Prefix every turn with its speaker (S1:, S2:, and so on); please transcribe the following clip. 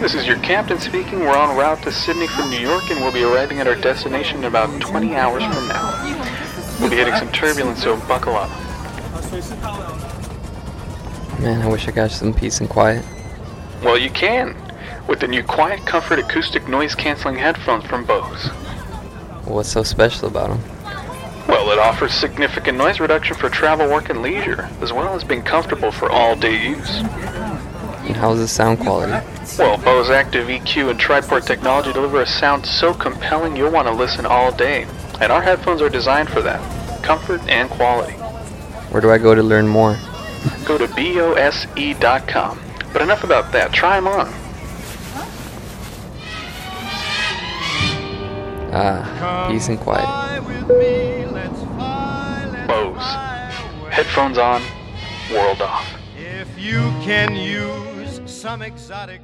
S1: This is your captain speaking. We're en route to Sydney from New York and we'll be arriving at our destination in about 20 hours from now. We'll be hitting some turbulence, so buckle up.
S2: Man, I wish I got some peace and quiet.
S1: Well, you can with the new Quiet Comfort acoustic noise canceling headphones from Bose.
S2: What's so special about them?
S1: Well, it offers significant noise reduction for travel, work, and leisure, as well as being comfortable for all day use.
S2: And how's the sound quality?
S1: Well, Bose Active EQ and Triport technology deliver a sound so compelling you'll want to listen all day, and our headphones are designed for that comfort and quality.
S2: Where do I go to learn more?
S1: Go to BOSE.com. E But enough about that, try them on.
S2: Ah, peace and quiet.
S1: Bose. Headphones on, world off.
S3: If you can use some exotic